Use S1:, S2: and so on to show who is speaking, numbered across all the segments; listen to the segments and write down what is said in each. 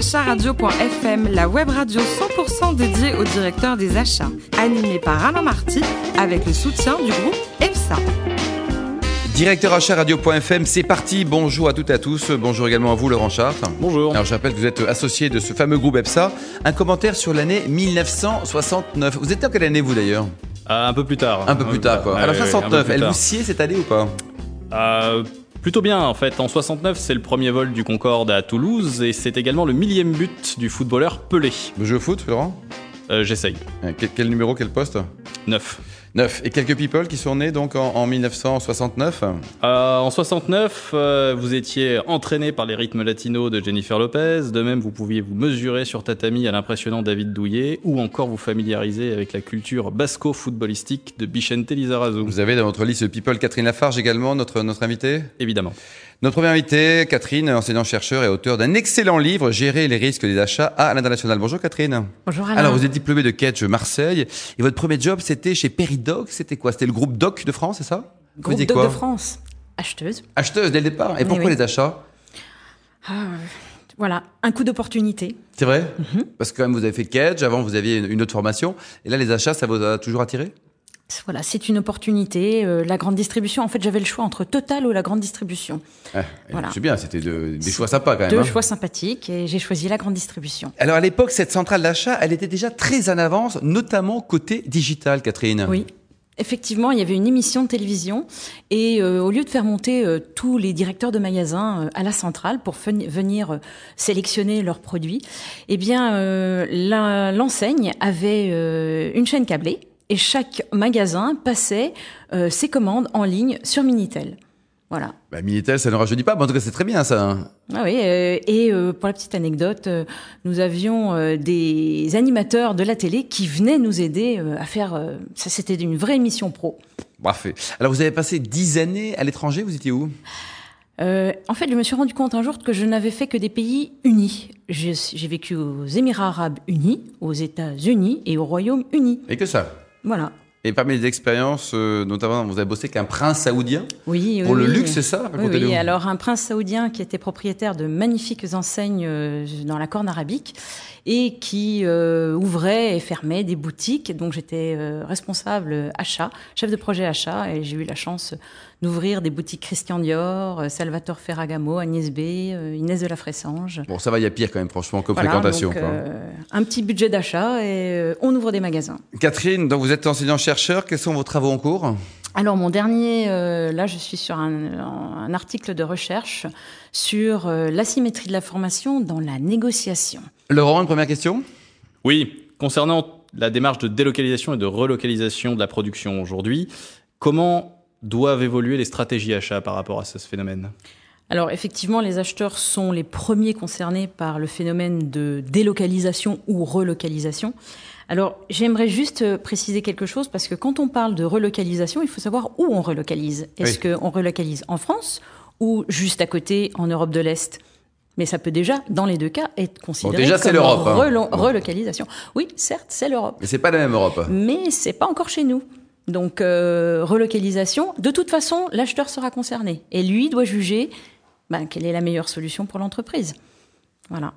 S1: directeurachat-radio.fm, la web radio 100% dédiée au directeur des achats, animée par Alain Marty avec le soutien du groupe EPSA.
S2: Directeur achat radio.fm, c'est parti. Bonjour à toutes et à tous. Bonjour également à vous, Laurent Chartres.
S3: Bonjour.
S2: Alors, je rappelle que vous êtes associé de ce fameux groupe EPSA. Un commentaire sur l'année 1969. Vous êtes en quelle année, vous d'ailleurs
S3: Euh, un peu plus tard.
S2: Un peu plus tard, quoi.
S3: Ouais,
S2: Alors,
S3: ouais, un peu
S2: 69,
S3: plus
S2: elle
S3: tard.
S2: vous sciez cette année ou pas
S3: Euh, Plutôt bien en fait. En 69, c'est le premier vol du Concorde à Toulouse et c'est également le millième but du footballeur Pelé.
S2: Le jeu au foot, Laurent
S3: Euh, J'essaye.
S2: Euh, quel, quel numéro, quel poste
S3: 9.
S2: 9. Et quelques people qui sont nés donc en, en 1969
S3: Euh, en 69, euh, vous étiez entraîné par les rythmes latinos de Jennifer Lopez. De même, vous pouviez vous mesurer sur tatami à l'impressionnant David Douillet ou encore vous familiariser avec la culture basco-footballistique de Bichente Lizarazu.
S2: Vous avez dans votre liste people Catherine Lafarge également, notre, notre invitée
S3: Évidemment.
S2: Notre première invitée, Catherine, enseignante-chercheur et auteur d'un excellent livre, Gérer les risques des achats à l'international. Bonjour Catherine.
S4: Bonjour Alain.
S2: Alors, vous êtes diplômée de Catch Marseille et votre premier job, c'était chez Peridoc. C'était quoi C'était le groupe Doc de France, c'est ça Vous
S4: Groupe
S2: faisiez
S4: Doc
S2: quoi
S4: de France, acheteuse.
S2: Acheteuse dès le départ. Et
S4: Oui,
S2: pourquoi
S4: oui.
S2: les achats
S4: Ah, euh, voilà, un coup d'opportunité.
S2: C'est vrai
S4: Mhm.
S2: Parce que quand même, vous avez fait Catch, avant vous aviez une- une autre formation. Et là, les achats, ça vous a toujours attiré
S4: Voilà, c'est une opportunité. euh, la grande distribution, en fait, j'avais le choix entre Total ou la grande distribution.
S2: Ah,
S4: Voilà.
S2: C'est bien, c'était de- des choix sympas quand même.
S4: Deux
S2: hein.
S4: choix sympathiques et j'ai choisi la grande distribution.
S2: Alors à l'époque, cette centrale d'achat, elle était déjà très en avance, notamment côté digital, Catherine.
S4: Oui. Effectivement, il y avait une émission de télévision et euh, au lieu de faire monter euh, tous les directeurs de magasins euh, à la centrale pour fen- venir euh, sélectionner leurs produits, eh bien euh, la- l'enseigne avait euh, une chaîne câblée et chaque magasin passait euh, ses commandes en ligne sur Minitel. Voilà.
S2: Bah, Minitel, ça ne rajeunit pas, mais en tout cas, c'est très bien ça. hein.
S4: Ah oui, euh, et euh, pour la petite anecdote, euh, nous avions euh, des animateurs de la télé qui venaient nous aider euh, à faire. euh, ça, c'était une vraie émission pro.
S2: Parfait. Alors vous avez passé dix années à l'étranger, vous étiez où
S4: Euh, en fait, je me suis rendu compte un jour que je n'avais fait que des pays unis. J'ai j'ai vécu aux Émirats arabes unis, aux États-Unis et au Royaume-Uni.
S2: Et que ça.
S4: Voilà.
S2: Et parmi les expériences, euh, notamment, vous avez bossé qu'un prince saoudien
S4: Oui.
S2: pour
S4: oui,
S2: le
S4: oui.
S2: luxe, c'est ça
S4: Oui,
S2: Racontez-nous.
S4: oui, alors un prince saoudien qui était propriétaire de magnifiques enseignes euh, dans la Corne arabique et qui euh, ouvrait et fermait des boutiques. Donc j'étais euh, responsable euh, achat, chef de projet achat, et j'ai eu la chance d'ouvrir des boutiques Christian Dior, euh, Salvatore Ferragamo, Agnès B, euh, Inès de la Fressange.
S2: Bon, ça va, il y a pire quand même, franchement, comme
S4: Voilà,
S2: fréquentation.
S4: donc,
S2: quoi.
S4: euh, un petit budget d'achat et euh, on ouvre des magasins.
S2: Catherine, donc vous êtes enseignant-chercheur, quels sont vos travaux en cours
S4: Alors mon dernier, euh, là je suis sur un, un article de recherche sur euh, l'asymétrie de la formation dans la négociation.
S2: Laurent, une première question
S3: Oui, concernant la démarche de délocalisation et de relocalisation de la production aujourd'hui, comment doivent évoluer les stratégies achats par rapport à ce phénomène
S4: Alors effectivement, les acheteurs sont les premiers concernés par le phénomène de délocalisation ou relocalisation. Alors j'aimerais juste euh, préciser quelque chose parce que quand on parle de relocalisation, il faut savoir où on relocalise. Est-ce qu'on relocalise en France ou juste à côté en Europe de l'Est mais ça peut déjà, dans les deux cas, être considéré
S2: déjà, c'est
S4: comme
S2: l'Europe, hein.
S4: relo-
S2: Bon.
S4: relocalisation. Oui, certes, c'est l'Europe
S2: Mais c'est pas la même Europe.
S4: mais c'est pas encore chez nous. Donc euh, relocalisation. De toute façon, l'acheteur sera concerné et lui doit juger ben, quelle est la meilleure solution pour l'entreprise. Voilà.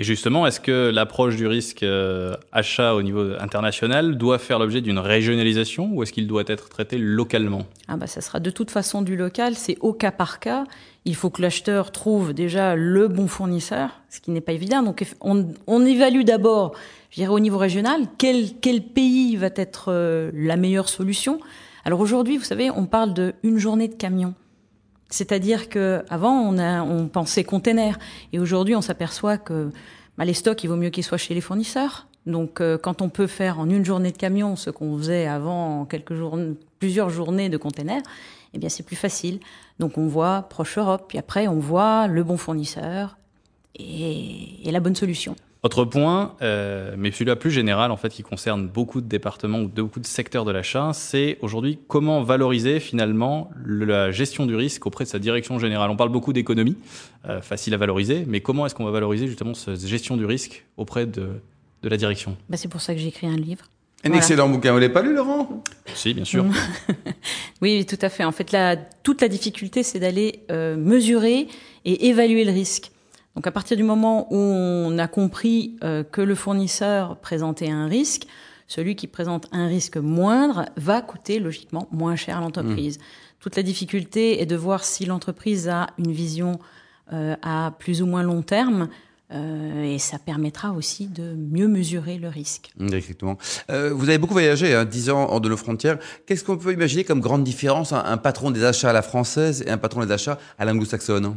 S3: Et justement, est-ce que l'approche du risque euh, achat au niveau international doit faire l'objet d'une régionalisation ou est-ce qu'il doit être traité localement
S4: Ah bah ça sera de toute façon du local, c'est au cas par cas. Il faut que l'acheteur trouve déjà le bon fournisseur, ce qui n'est pas évident. Donc eff- on, on évalue d'abord, je dirais au niveau régional, quel, quel pays va être euh, la meilleure solution. Alors aujourd'hui, vous savez, on parle de une journée de camion. C'est-à-dire que avant on, a, on pensait container et aujourd'hui on s'aperçoit que bah, les stocks, il vaut mieux qu'ils soient chez les fournisseurs. Donc euh, quand on peut faire en une journée de camion ce qu'on faisait avant en quelques jours, plusieurs journées de container, eh bien c'est plus facile. Donc on voit proche Europe, puis après on voit le bon fournisseur et, et la bonne solution.
S3: Autre point, euh, mais celui-là plus général, en fait, qui concerne beaucoup de départements ou de- beaucoup de secteurs de l'achat, c'est aujourd'hui comment valoriser finalement le- la gestion du risque auprès de sa direction générale. On parle beaucoup d'économie, euh, facile à valoriser, mais comment est-ce qu'on va valoriser justement cette gestion du risque auprès de, de la direction
S4: Bah, c'est pour ça que j'ai écrit un livre.
S2: Un
S4: Voilà.
S2: excellent bouquin, vous l'avez pas lu, Laurent
S3: Si, bien sûr.
S4: Oui, oui, tout à fait. En fait, la, toute la difficulté, c'est d'aller euh, mesurer et évaluer le risque. Donc à partir du moment où on a compris euh, que le fournisseur présentait un risque, celui qui présente un risque moindre va coûter logiquement moins cher à l'entreprise. Toute la difficulté est de voir si l'entreprise a une vision euh, à plus ou moins long terme. euh, et ça permettra aussi de mieux mesurer le risque.
S2: Mm, Exactement. Euh, vous avez beaucoup voyagé, hein, 10 ans hors de nos frontières. Qu'est-ce qu'on peut imaginer comme grande différence un, un patron des achats à la française et un patron des achats à l'anglo-saxonne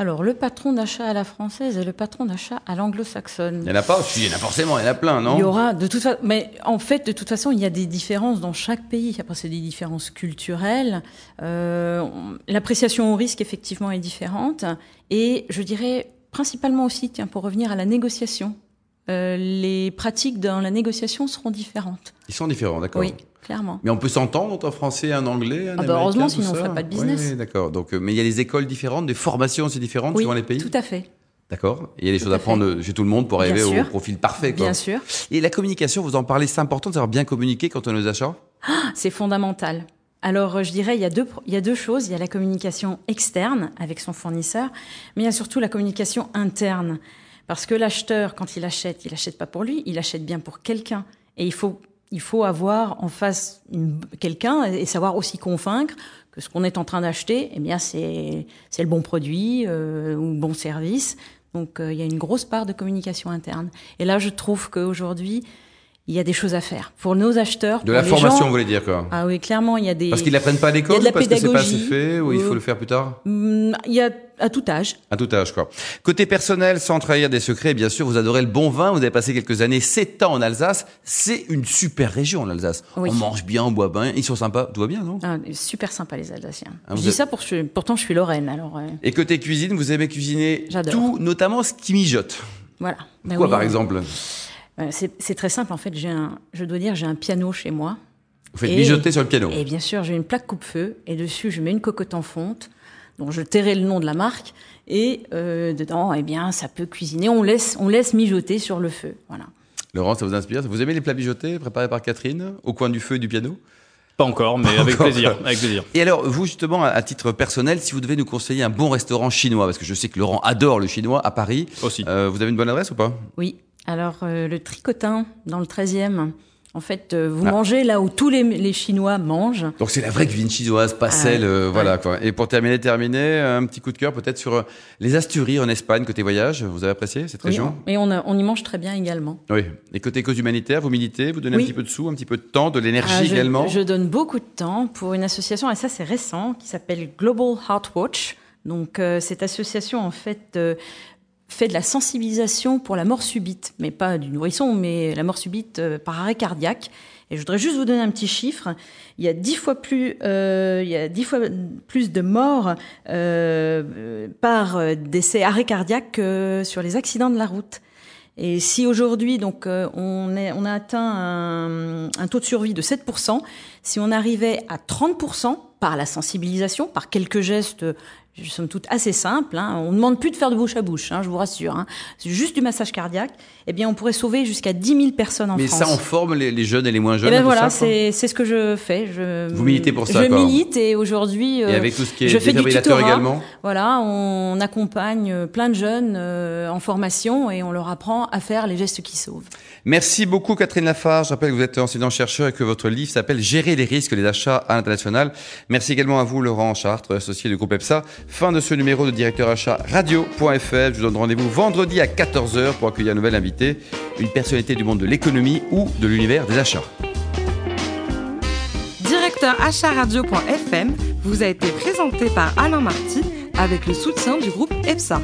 S4: Alors, le patron d'achat à la française et le patron d'achat à l'anglo-saxonne.
S2: Il n'y en a pas Si, Il y en a forcément, il y en a plein, non
S4: Il y aura de toute façon, mais en fait, de toute façon, il y a des différences dans chaque pays. Après, c'est des différences culturelles. Euh, on- L'appréciation au risque, effectivement, est différente. Et je dirais principalement aussi, tiens, pour revenir à la négociation, euh, les pratiques dans la négociation seront différentes.
S2: Ils sont différents, d'accord
S4: Oui, clairement.
S2: Mais on peut s'entendre entre un français, un anglais, un
S4: bah,
S2: américain,
S4: heureusement,
S2: tout
S4: sinon on
S2: ça
S4: ferait pas de
S2: Oui,
S4: business.
S2: oui, d'accord. Donc, euh, mais il y a des écoles différentes, des formations aussi différentes
S4: oui,
S2: suivant les pays.
S4: tout à fait,
S2: D'accord. Et il y a des
S4: Tout
S2: choses
S4: à
S2: à prendre euh, chez tout le monde pour
S4: Bien
S2: arriver au
S4: sûr.
S2: profil parfait. Quoi.
S4: bien sûr.
S2: Et la communication, vous en parlez, c'est important de savoir bien communiquer quand on est aux achats.
S4: C'est fondamental. Alors, euh, je dirais, il y, a deux, pro- il y a deux choses. Il y a la communication externe avec son fournisseur, mais il y a surtout la communication interne. Parce que l'acheteur, quand il achète, il achète pas pour lui, il achète bien pour quelqu'un. Et il faut, il faut avoir en face une- quelqu'un et et savoir aussi convaincre que ce qu'on est en train d'acheter, eh bien, c'est c'est le bon produit euh, ou le bon service. Donc, euh, il y a une grosse part de communication interne. Et là, je trouve qu'aujourd'hui, il y a des choses à faire. Pour nos acheteurs,
S2: De la
S4: pour les
S2: formation,
S4: gens-
S2: vous voulez dire quoi
S4: ah oui, clairement, il y a des.
S2: Parce qu'ils l'apprennent pas à
S4: Il y a
S2: l'école,
S4: de la
S2: parce que c'est pas assez
S4: pédagogie.
S2: fait, ou il faut
S4: Euh,
S2: le faire plus tard.
S4: Hmm, Il y a à tout âge.
S2: À tout âge, quoi. Côté personnel, sans trahir des secrets, bien sûr, vous adorez le bon vin. Vous avez passé quelques années, 7 ans en Alsace. C'est une super région, l'Alsace.
S4: Oui.
S2: On mange bien, on boit bien, ils sont sympas. Tout va bien, non
S4: Ah, super sympa les Alsaciens.
S2: Ah, vous
S4: je dis
S2: êtes-
S4: ça pour je- pourtant je suis Lorraine alors euh,
S2: Et côté cuisine, vous aimez cuisiner
S4: J'adore.
S2: tout, notamment ce qui mijote.
S4: voilà. Ben
S2: Quoi,
S4: oui.
S2: par exemple
S4: Euh, C'est c'est très simple en fait. J'ai un, je dois dire j'ai un piano chez moi
S2: Vous faites
S4: Et-
S2: mijoter sur le piano.
S4: et bien sûr j'ai une plaque coupe-feu et dessus je mets une cocotte en fonte dont je tairai le nom de la marque et euh, dedans eh bien ça peut cuisiner. On laisse on laisse mijoter sur le feu voilà.
S2: Laurent, ça vous inspire Vous aimez les plats mijotés préparés par Catherine au coin du feu et du piano
S3: Pas encore, mais avec
S2: encore.
S3: plaisir. Avec plaisir.
S2: Et alors, vous, justement, à- à titre personnel, si vous devez nous conseiller un bon restaurant chinois, parce que je sais que Laurent adore le chinois à Paris,
S3: Aussi.
S2: euh, vous avez une bonne adresse ou pas
S4: Oui. Alors, euh, le tricotin, dans le 13e, en fait, euh, vous
S2: Ah.
S4: mangez là où tous les, les Chinois mangent.
S2: Donc, c'est la vraie cuisine chinoise, pas
S4: Ah,
S2: celle. euh,
S4: ouais.
S2: Voilà, quoi. Et pour terminer, terminer, un petit coup de cœur peut-être sur euh, les Asturies en Espagne, côté voyage. Vous avez apprécié cette
S4: Oui,
S2: région
S4: on- Et on, a- on y mange très bien également.
S2: Oui. Et côté cause humanitaire, vous militez, vous donnez un
S4: Oui.
S2: petit peu de sous, un petit peu de temps, de l'énergie
S4: Ah, je,
S2: également.
S4: je donne beaucoup de temps pour une association, et ça c'est récent, qui s'appelle Global Heart Watch. Donc, euh, cette association, en fait, euh, fait de la sensibilisation pour la mort subite, mais pas du nourrisson, mais la mort subite euh, par arrêt cardiaque. Et je voudrais juste vous donner un petit chiffre. Il y a dix fois plus, euh, il y a dix fois plus de morts euh, euh, par euh, décès arrêt cardiaque que sur les accidents de la route. Et si aujourd'hui donc euh, on, est, on a atteint un, un taux de survie de 7%, si on arrivait à 30% par la sensibilisation, par quelques gestes, euh, somme toute assez simples, hein, on ne demande plus de faire de bouche à bouche, hein, je vous rassure, hein, c'est juste du massage cardiaque, eh bien on pourrait sauver jusqu'à 10 000 personnes en
S2: Mais
S4: France.
S2: ça, on forme les, les jeunes et les moins
S4: Eh
S2: jeunes. à
S4: ben
S2: tout
S4: voilà,
S2: ça, quoi.
S4: c'est c'est ce que je fais. Je,
S2: Vous militez pour ça,
S4: Je
S2: quoi.
S4: milite et aujourd'hui,
S2: Et
S4: euh,
S2: avec tout ce qui est
S4: je fais du
S2: défibrillateur
S4: tutorat.
S2: également
S4: voilà, on accompagne euh, plein de jeunes euh, en formation et on leur apprend à faire les gestes qui sauvent.
S2: Merci beaucoup Catherine Lafarge. Je rappelle que vous êtes enseignant-chercheur et que votre livre s'appelle Gérer les risques des achats à l'international. Merci également à vous Laurent Chartres, associé du groupe EPSA. Fin de ce numéro de directeur achat radio.fr. Je vous donne rendez-vous vendredi à 14h pour accueillir un nouvel invité, une personnalité du monde de l'économie ou de l'univers des achats.
S1: Directeur achatradio.fm vous a été présenté par Alain Marty avec le soutien du groupe EPSA.